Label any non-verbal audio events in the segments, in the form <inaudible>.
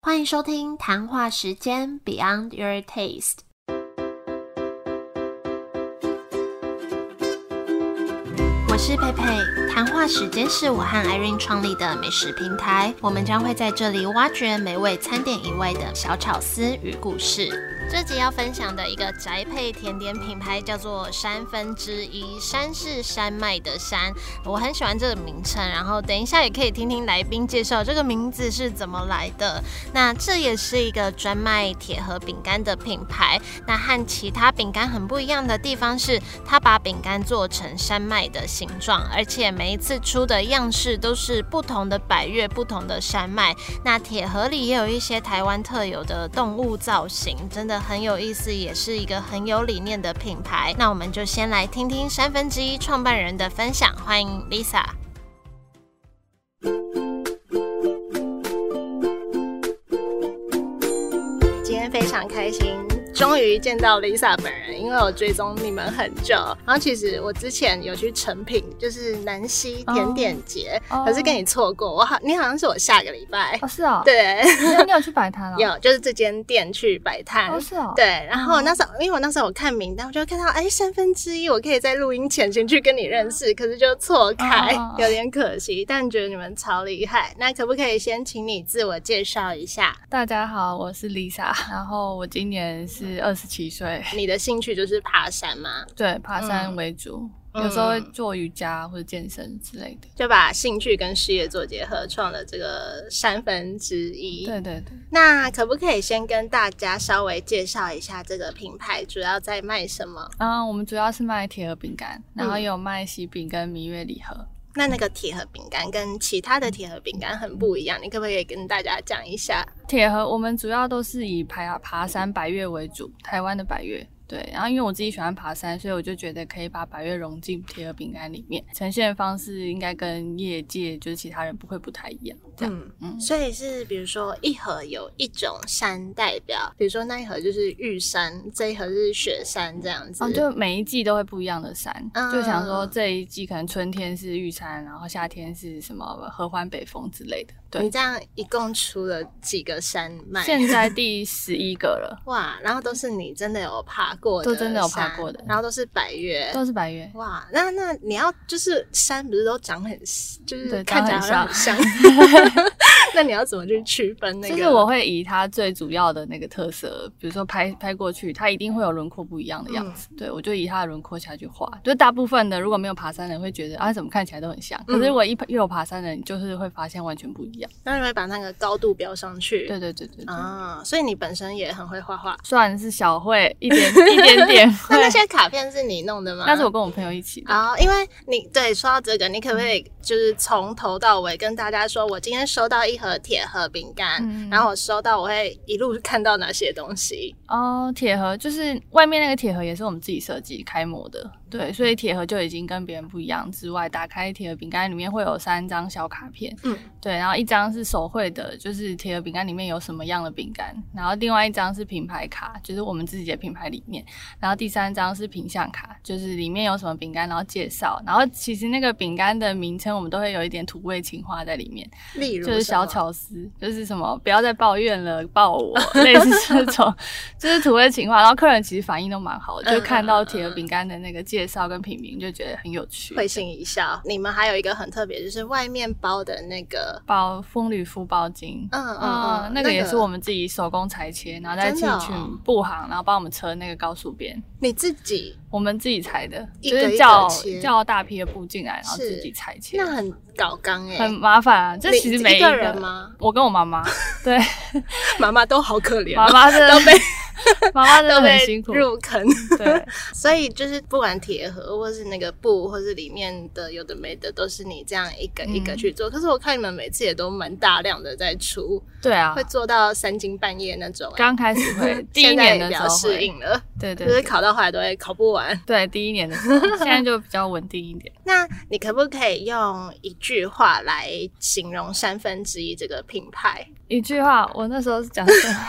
欢迎收听谈话时间 Beyond Your Taste。我是佩佩，谈话时间是我和 Irene 创立的美食平台，我们将会在这里挖掘美味餐点以外的小巧思与故事。这集要分享的一个宅配甜点品牌叫做山分之一，山是山脉的山，我很喜欢这个名称。然后等一下也可以听听来宾介绍这个名字是怎么来的。那这也是一个专卖铁盒饼干的品牌。那和其他饼干很不一样的地方是，它把饼干做成山脉的形状，而且每一次出的样式都是不同的百越、不同的山脉。那铁盒里也有一些台湾特有的动物造型，真的很有意思，也是一个很有理念的品牌。那我们就先来听听三分之一创办人的分享，欢迎 Lisa。今天非常开心，终于见到 Lisa 本人，因为我追踪你们很久。然后其实我之前有去成品，就是南溪甜点节哦可是跟你错过。我好，你好像是我下个礼拜。哦，是哦，，对，你有去摆摊了？， <laughs> 有，就是这间店去摆摊。哦，是哦，对，然后那时候，因为我那时候我看名单，我就看到，哎，三分之一我可以在录音前先去跟你认识，可是就错开嗯哦哦，哦有点可惜。但觉得你们超厉害，那可不可以先请你自我介绍一下？大家好，我是 Lisa，然后我今年是二十七岁，你的兴趣就是爬山吗？对，爬山为主，嗯有时候会做瑜伽或者健身之类的。就把兴趣跟事业做结合，创了这个三分之一。对对对，那可不可以先跟大家稍微介绍一下这个品牌主要在卖什么？然后我们主要是卖铁盒饼干，然后嗯也有卖喜饼跟蜜月礼盒。那那个铁盒饼干跟其他的铁盒饼干很不一样，你可不可以跟大家讲一下？铁盒我们主要都是以爬爬山百越为主，台湾的百越。对，然后因为我自己喜欢爬山，所以我就觉得可以把百越融进铁盒饼干里面，呈现的方式应该跟业界就是其他人不会不太一样。这样，嗯嗯所以是比如说一盒有一种山代表，比如说那一盒就是玉山，这一盒是雪山这样子。哦，就每一季都会不一样的山，嗯就想说这一季可能春天是玉山，然后夏天是什么合欢北峰之类的。你对，这样一共出了几个山脉？ <laughs> 现在第十一个 <laughs> 了，哇，然后都是你真的有爬过的山，都真的有爬过的然后都是百越。都是百越。哇，那那你要就是山不是都长很，就是对看起来长好很像很像， <laughs> 那你要怎么去区分那个？就是我会以它最主要的那个特色，比如说拍拍过去，它一定会有轮廓不一样的嗯样子。对我就以它的轮廓下去画。就大部分的如果没有爬山的人会觉得啊，怎么看起来都很像。可是嗯如果一又有爬山的人，就是会发现完全不一样。那你会把那个高度标上去。对对对对对，啊，所以你本身也很会画画。虽然是小会 <laughs> 一点一点点会那，那些卡片是你弄的吗？但是我跟我朋友一起的。哦，因为你对说到这个，你可不可嗯以就是从头到尾跟大家说，我今天收到一盒铁盒饼干，嗯然后我收到我会一路看到哪些东西？哦，铁盒就是外面那个铁盒也是我们自己设计开模的，对，所以铁盒就已经跟别人不一样。之外，打开铁盒饼干里面会有三张小卡片，嗯，对，然后一张是手绘的，就是铁盒饼干里面有什么样的饼干，然后另外一张是品牌卡，就是我们自己的品牌理念，然后第三张是品相卡，就是里面有什么饼干，然后介绍，然后其实那个饼干的名称我们都会有一点土味情话在里面，例如就是什么小，巧思，就是什么不要再抱怨了，抱我，类似这 <laughs> 种，就是土味情话。然后客人其实反应都蛮好嗯的，就看到铁盒饼干的那个介绍跟品名，就觉得很有趣。会心一笑。你们还有一个很特别，就是外面包的那个，包风吕敷包巾，嗯嗯啊嗯，那个也是我们自己手工裁切，然后再真进的哦去布行，然后帮我们车那个高速边。你自己我们自己裁的，一就个一个是叫切叫大批的布进来，然后是自己裁切，那很搞刚哎、很麻烦啊。这你其实每一个个人？吗？ <laughs> 我跟我妈妈，对，妈妈都好可怜、妈哦，妈真的被妈妈真都的被很辛苦，入坑。 <laughs> <laughs> 对，所以就是不管铁盒或是那个布，或是里面的有的没的，都是你这样一个一嗯个去做。可是我看你们每次也都蛮大量的在出，对啊会，做到三更半夜那种、欸。刚开始 <laughs> 会第一现在年也的比时较候适会，应了，对就是对考到后来都会考不完。对，第一年的时候，现在就比较稳定一点。那你可不可以用一句话来形容三分之一这个品牌？一句话，我那时候是讲什么？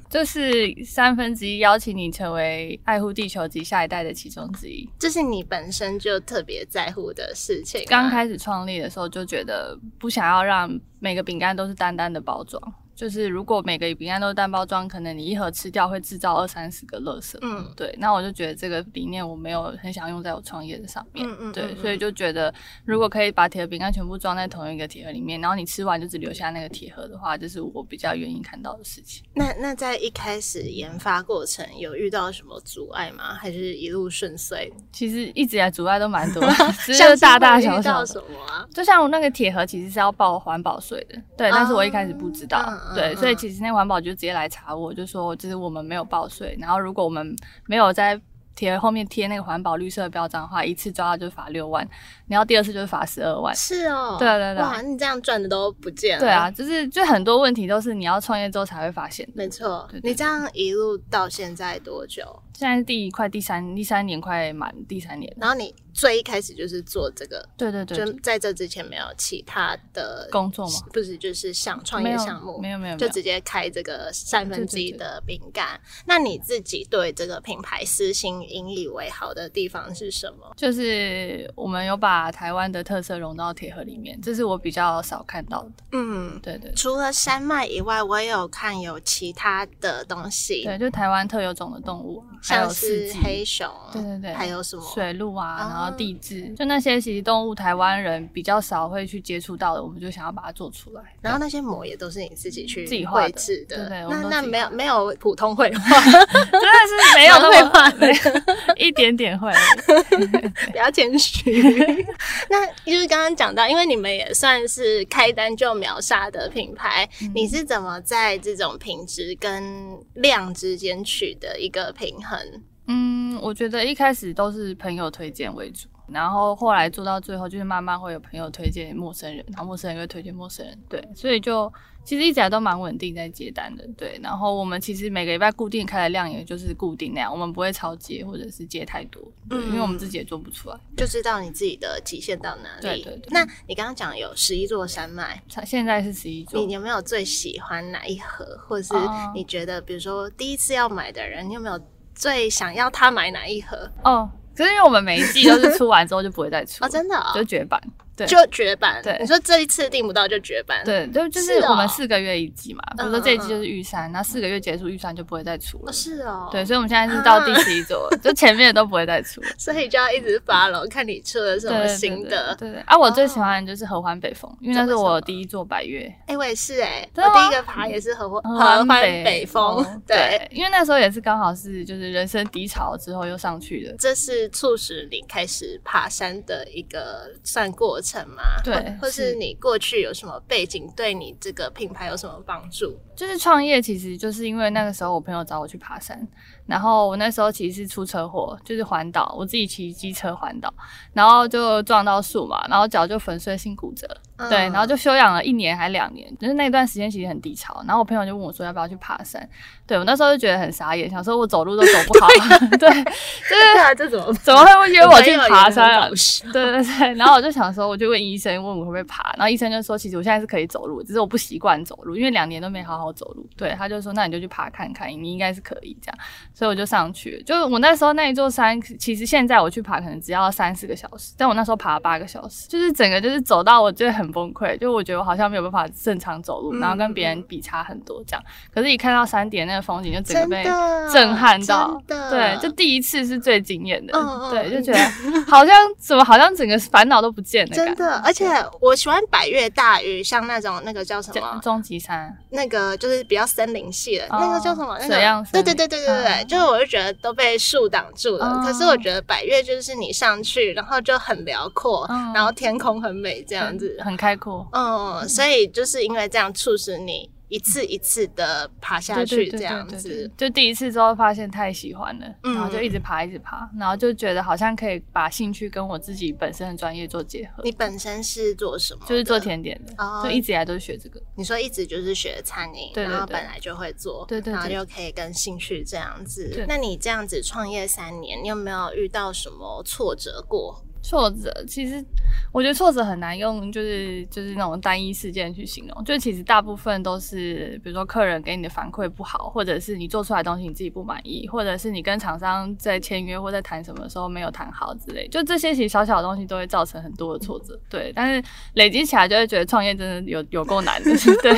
<laughs> 这是三分之一邀请你成为爱护地球及下一代的其中之一。这是你本身就特别在乎的事情啊吗。刚开始创立的时候就觉得不想要让每个饼干都是单单的包装，就是如果每个饼干都是单包装，可能你一盒吃掉会制造二三十个垃圾。嗯对，那我就觉得这个理念我没有很想用在我创业的上面。嗯嗯，对，嗯所以嗯就觉得如果可以把铁盒饼干全部装在同一个铁盒里面，然后你吃完就只留下那个铁盒的话，这是我比较愿意看到的事情。那那在一开始研发过程有遇到什么阻碍吗？还是一路顺遂？其实一直以来阻碍都 <laughs> 蛮多的，只像是是大大会小遇小到的什么啊？就像我那个铁盒其实是要报环保税的，对，但是我一开始不知道，嗯嗯对，嗯所以其实那环保就直接来查我，就说就是我们没有报税，然后如果我们没有在铁盒后面贴那个环保绿色的标章的话，一次抓到就罚六万，然后第二次就是罚十二万。是哦，对啊对对哇，你这样赚的都不见了。对啊，，就是就很多问题都是你要创业之后才会发现的。没错对。对你这样一路到现在多久？现在是第一快第三第三年快满第三年了，然后你最一开始就是做这个，对对对，就在这之前没有其他的工作嘛，不是就是想创没业有项目，没有没有没有就直接开这个三分之一对对对的饼干。那你自己对这个品牌私心引以为豪的地方是什么？就是我们有把台湾的特色融到铁盒里面，这是我比较少看到的。嗯，对对对除了山脉以外，我也有看有其他的东西，对，就台湾特有种的动物啊，还有像四是季，黑熊，对对对，还有什么？水鹿啊，然后哦地质，就那些其实动物台湾人比较少会去接触到的，我们就想要把它做出来。 <laughs> 然后那些模也都是你自己去自己画的绘制对对我那们都那自己没有没有普通绘画，真的是没有蛮那会么画 <laughs> 没有一点点会而已，不要谦虚。 <laughs> 那就是刚刚讲到，因为你们也算是开单就秒杀的品牌，嗯你是怎么在这种品质跟量之间取得一个平衡？嗯，我觉得一开始都是朋友推荐为主，然后后来做到最后，就是慢慢会有朋友推荐陌生人，然后陌生人又推荐陌生人，对，所以就其实一直以来都蛮稳定在接单的，对。然后我们其实每个礼拜固定开的量也就是固定那样，我们不会超接或者是接太多，对，因为我们自己也做不出来。就知道你自己的极限到哪里。对对对那你刚刚讲有十一座山脉，它现在是十一周你，有没有最喜欢哪一盒，或是哦你觉得，比如说第一次要买的人，你有没有最想要他买哪一盒？哦，可是因为我们每一季都是出完之后就不会再出，哦，真的、哦，就绝版，对。就绝版。对你说这一次订不到就绝版。，对，就就是是哦我们四个月一季嘛，比如说这一季嗯嗯就是玉山，那四个月结束玉山就不会再出了哦、。是哦。对，所以我们现在是到第啊十一周了，就前面的都不会再出 <laughs> 了。所以就要一直发了，看你出了什对么对对新的。哦对对对啊，我最喜欢的就是合欢北风，因为那是这为什我么第一座百月，哎、我也是哎、真的我吗第一个爬也是合欢合欢北 <laughs> 风，对。嗯对，因为那时候也是刚好是就是人生低潮之后又上去的，这是促使你开始爬山的一个算过程吗？对或或是是你过去有什么背景，对你这个品牌有什么帮助？就是创业，其实就是因为那个时候我朋友找我去爬山，然后我那时候其实是出车祸，就是环岛，我自己骑机车环岛，然后就撞到树嘛，然后脚就粉碎性骨折，嗯对，然后就休养了一年还两年，就是那段时间其实很低潮。然后我朋友就问我说要不要去爬山，对我那时候就觉得很傻眼，想说我走路都走不好， <laughs> 对，就是 <laughs> 对啊，这怎么怎么会约我去爬山啊？对对对对，然后我就想说，我就问医生，问我会不会爬，然后医生就说，其实我现在是可以走路，只是我不习惯走路，因为两年都没好好走路。对，他就说，那你就去爬看看，你应该是可以这样，所以我就上去了。就是我那时候那一座山，其实现在我去爬可能只要三四个小时，但我那时候爬了八个小时，就是整个就是走到我就很崩溃，就我觉得我好像没有办法正常走嗯路，然后跟别人比差很多这样。可是，一看到山顶那个风景，就整个真被的震撼到，真的对，就第一次是最惊艳的，嗯嗯对，就嗯觉得好像怎么好像整个烦恼都不见了，真的，而且我喜欢百越大鱼，像那种那个叫什么终，终极山，那个就是比较森林系的，哦那个叫什么？那个水漾森对林对对对对对对，嗯就是我就觉得都被树挡住了哦。可是我觉得百越就是你上去，然后就很辽阔嗯，然后天空很美这样子。很开阔。嗯，所以就是因为这样促使你一次一次的爬下对对去，对这样对对子对，。就第一次之后发现太喜欢了，嗯然后就一直爬一直爬，然后就觉得好像可以把兴趣跟我自己本身的专业做结合，你本身是做什么的？就是做甜点的，哦就一直以来都是学这个。你说一直就是学餐饮，对对然后对本来就会做，对对对然后就可以跟兴趣这样子对。那你这样子创业三年，你有没有遇到什么挫折过？挫折，其实我觉得挫折很难用，就是就是那种单一事件去形容。就其实大部分都是，比如说客人给你的反馈不好，或者是你做出来的东西你自己不满意，或者是你跟厂商在签约或在谈什么的时候没有谈好之类。就这些其实小小的东西都会造成很多的挫折，对。但是累积起来就会觉得创业真的有有够难的， <laughs> 对。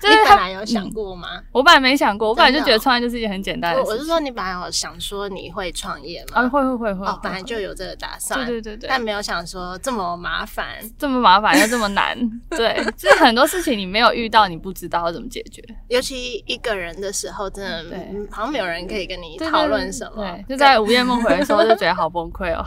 就你本是他，来有想过吗？我本来没想过，我本来就觉真的得哦创业就是一件很简单的我事我情。是说，你本来有想说你会创业吗？啊，会会会会，哦，本来会就有这个打算，对对对对，但没有想说这么麻烦。这么麻烦又这么 <laughs> 难，对，就是很多事情你没有遇到，你不知道要怎么解决。尤其一个人的时候，真的对嗯好像没有人可以跟你对讨论什么。对，就在午夜梦回的时 <laughs> 候就觉得好崩溃哦，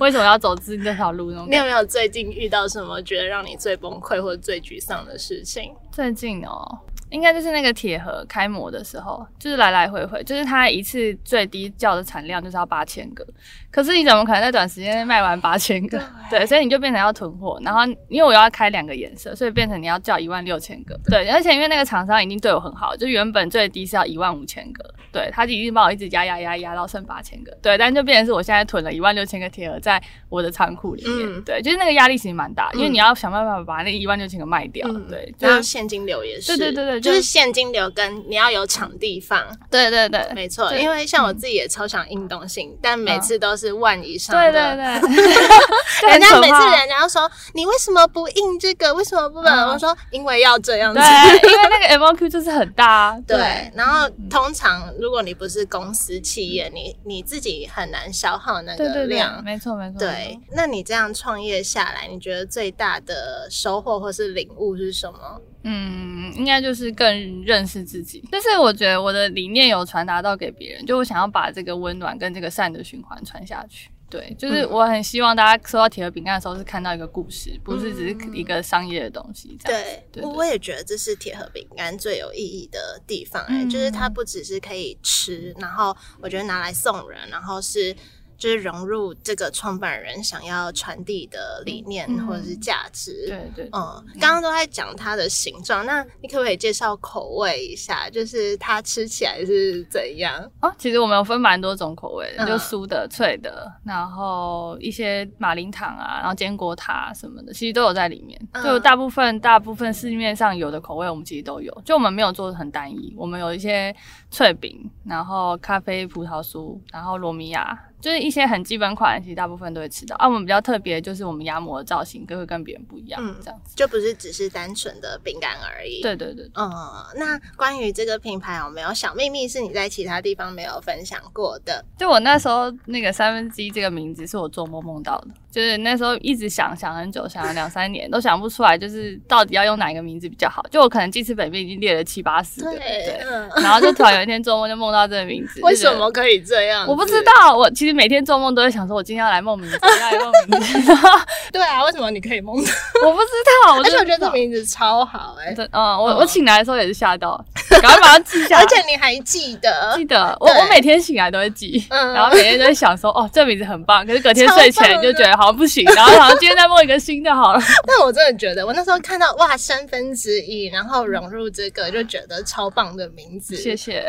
为什么要走自己这条路那种你感觉？有没有最近遇到什么觉得让你最崩溃或者最沮丧的事情？最近哦。应该就是那个铁盒开模的时候，就是来来回回，就是它一次最低叫的产量就是要八千个，可是你怎么可能在短时间内卖完八千个？对，所以你就变成要囤货，然后因为我要开两个颜色，所以变成你要叫一万六千个。对，而且因为那个厂商已经对我很好，就原本最低是要一万五千个，对他已经帮我一直压压压压到剩八千个。对，但就变成是我现在囤了一万六千个贴额在我的仓库里面。嗯对，就是那个压力其实蛮大，因为嗯你要想办法把那一万六千个卖掉。对，嗯就然后是现金流也是，对对对对就就是现金流跟你要有场地放，对对对。没错。对嗯因为像我自己也超想运动性，但每次都是万以上的。对对对， <laughs> 就很人家可每次怕人家说你为什么不印这个？为什么不能？嗯我说因为要这样子。 <laughs> 对，因为那个 M O Q 就是很大啊，对，然后通常如果你不是公司企业，你你自己很难消耗那对个对对，量。没错没错，没对错，那你这样创业下来，你觉得最大的收获或是领悟是什么？嗯，应该就是更认识自己。但是我觉得我的理念有传达到给别人，就我想要把这个温暖跟这个善的循环传下去。对，就是嗯我很希望大家收到铁盒饼干的时候是看到一个故事，不是只是一个商业的东西这样。对，对我对我也觉得这是铁盒饼干最有意义的地方、哎、嗯就是它不只是可以吃，然后我觉得拿来送人，然后是就是融入这个创办人想要传递的理念嗯或者是价值。对对对，嗯，刚刚都在讲它的形状，那你可不可以介绍口味一下？就是它吃起来是怎样？哦，其实我们有分蛮多种口味的，嗯就酥的、脆的，然后一些马铃糖啊，然后坚果塔什么的，其实都有在里面。嗯就大部分大部分市面上有的口味，我们其实都有。就我们没有做的很单一，我们有一些脆饼，然后咖啡葡萄酥，然后罗米亚，就是一些很基本款，其实大部分都会吃到。啊，我们比较特别就是我们压模的造型，跟会跟别人不一样，嗯这样子。就不是只是单纯的饼干而已。。对对对，嗯，那关于这个品牌有没有小秘密是你在其他地方没有分享过的？就我那时候那个三分之一这个名字是我做梦梦到的，就是那时候一直想想很久，想了两三年都想不出来，就是到底要用哪一个名字比较好。就我可能记事本里面已经列了七八十个，对，嗯，然后就突然有一天做梦就梦到这个名 <laughs> 字，为就觉什得么可以这样？我不知。道，我其实每天做梦都会想说，我今天要来梦名字， <laughs> 要来梦名字，然后对啊，为什么你可以梦到？我不知道，我而且就我觉得这不知名字超好哎、道，嗯，我嗯我醒来的时候也是吓到，赶快把它记下来，而且你还啊记 <laughs> 得记，得我对我每天醒来都会记，嗯然后每天都会想说，哦，这名字很棒，可是隔天睡超前棒的就觉得好像不 <laughs> 行，然后好像今天再梦一个新的好了。但我真的觉得，我那时候看到哇三分之一，然后融入这个，就觉得超棒的名字。谢谢。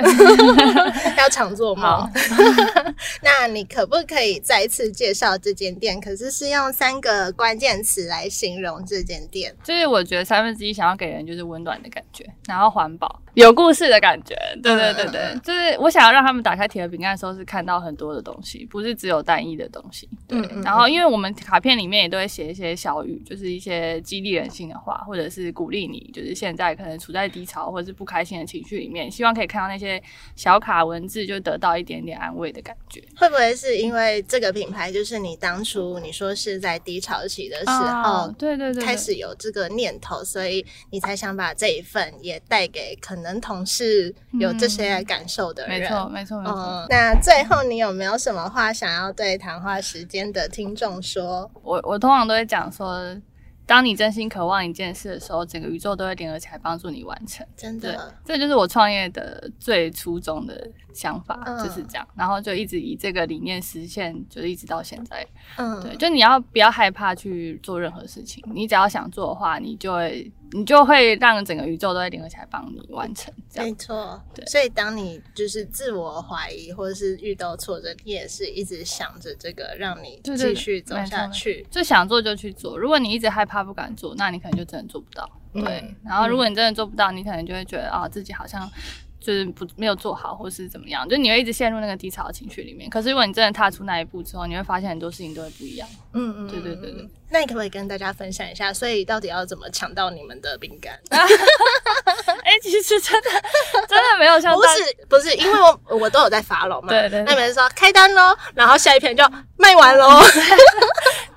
要常做好梦。 <laughs> 那你可不可以再次介绍这间店？可是是用三个关键词来形容这间店。就是我觉得三分之一想要给人就是温暖的感觉，然后环保、有故事的感觉。对对对嗯对，就是我想要让他们打开铁盒饼干的时候是看到很多的东西，不是只有单一的东西。对，嗯嗯然后因为我们卡片里面也都会写一些小语，就是一些激励人心的话，或者是鼓励你，就是现在可能处在低潮或者是不开心的情绪里面，希望可以看到那些小卡文字，就得到一点点安慰的感觉。会不会是因为这个品牌，就是你当初你说是在低潮期的时啊候，对对对嗯对开始有这个念头，所以你才想把这一份也带给可能同事有这些感受的嗯没人。错，没错，没错。嗯，那最后你有没有什么话想要对谈话时间的听众说？我我通常都会讲说，当你真心渴望一件事的时候，整个宇宙都会联合起来帮助你完成。真对的，，这就是我创业的最初衷的想法，嗯就是这样。然后就一直以这个理念实现，就是一直到现在。嗯，对，就你要不要害怕去做任何事情？你只要想做的话，你就会你就会让整个宇宙都会联合起来帮你完成。这样没错对，所以当你就是自我怀疑或者是遇到挫折，你也是一直想着这个，让你对对继对续走没错下没错去。就想做就去做。如果你一直害怕不敢做，那你可能就真的做不到。对，嗯然后如果你真的做不到，你可能就会觉得啊，自己好像就是不没有做好，或是怎么样，就你会一直陷入那个低潮的情绪里面。可是如果你真的踏出那一步之后，你会发现很多事情都会不一样。 <laughs> 嗯嗯对对对对。那你可不可以跟大家分享一下，所以到底要怎么抢到你们的饼干？哎、其实真的真的没有像不大是不是，因为我我都有在发楼嘛。对对对那你们说开单喽，然后下一篇就卖完 <laughs> 喽。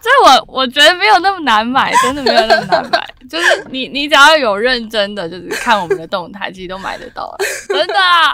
所以我我觉得没有那么 <laughs> 难买，真的没有那么难买。就是你你只要有认真的，就是看我们的动态，其实都买得到了，真的 <laughs> 啊、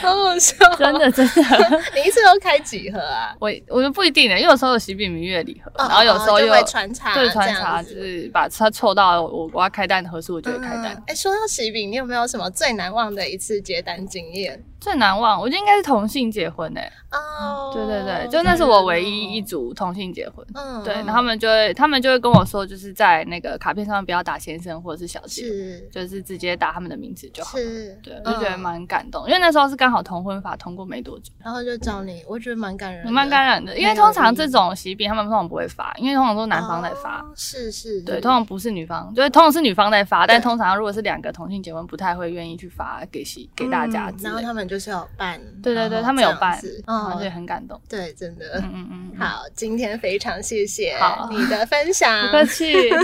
好好笑。真的真的。 <laughs> 你一次都开几盒啊？我我就不一定了，因为有时候有喜饼明月礼盒，然后有时候哦又就会穿插，对穿插，这样就子是把它凑到我我要开单的合数，我就会开单。嗯哎、说到喜饼，你有没有什么最难忘的一次接单经验？最难忘，我觉得应该是同性结婚诶、欸哦，嗯对对对，就那是我唯一一组同性结婚。嗯对，然后他们就会他们就会跟我说，就是在那个卡片上面不要打先生或者是小姐，是就是直接打他们的名字就好。嗯是，对，我就觉得嗯、蛮感动，因为那时候是刚好同婚法通过没多久。然后就找你，我觉得蛮感人的，蛮感人的，因为没有通常意义这种喜饼他们通常不会发，因为通常都是男方在发，哦是是，对，是通常不是女方，就是通常是女方在发，但对通常如果是两个同性结婚，不太会愿意去发给喜给大家嗯之然后类的。他们就是有办，对对对，然后他们有这样办子，然后就哦，很感动。对，真的。嗯嗯嗯，嗯，好，今天非常谢谢好你的分享不。 <laughs> 客气。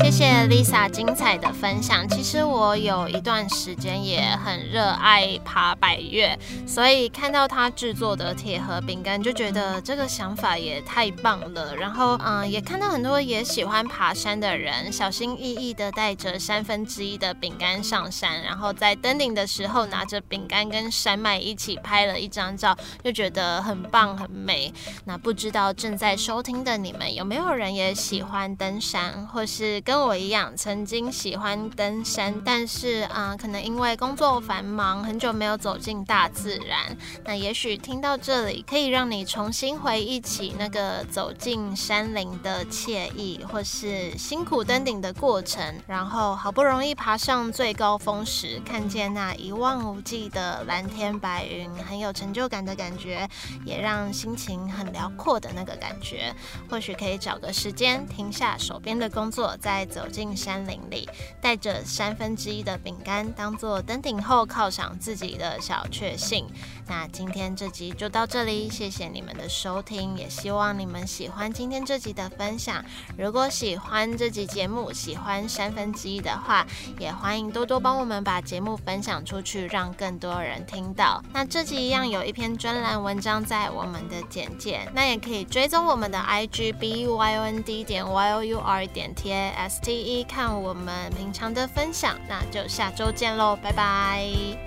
谢谢 Lisa 精彩的分享。其实我有一段时间也很热爱爬百越，所以看到她制作的铁盒饼干，就觉得这个想法也太棒了。然后，嗯，也看到很多也喜欢爬山的人，小心翼翼的带着三分之一的饼干上山，然后在登顶的时候拿着饼干跟山脉一起拍了一张照，就觉得很棒很美。那不知道正在收听的你们有没有人也喜欢登山，或是跟我一样曾经喜欢登山，但是啊、呃可能因为工作繁忙，很久没有走进大自然。那也许听到这里，可以让你重新回忆起那个走进山林的惬意，或是辛苦登顶的过程，然后好不容易爬上最高峰时，看见那一望无际的蓝天白云，很有成就感的感觉。也让心情很辽阔的那个感觉。或许可以找个时间停下手边的工作，再走进山林里，带着三分之一的饼干，当做登顶后犒赏自己的小确幸。那今天这集就到这里，谢谢你们的收听，也希望你们喜欢今天这集的分享。如果喜欢这集节目，喜欢三分之一的话，也欢迎多多帮我们把节目分享出去，让更多人听到。那这集一样有一篇专栏文章在我们的简介，那也可以追踪我们的 IG b u y o n d 点 y o u r 点 t a s t e，看我们平常的分享。那就下周见喽，拜拜。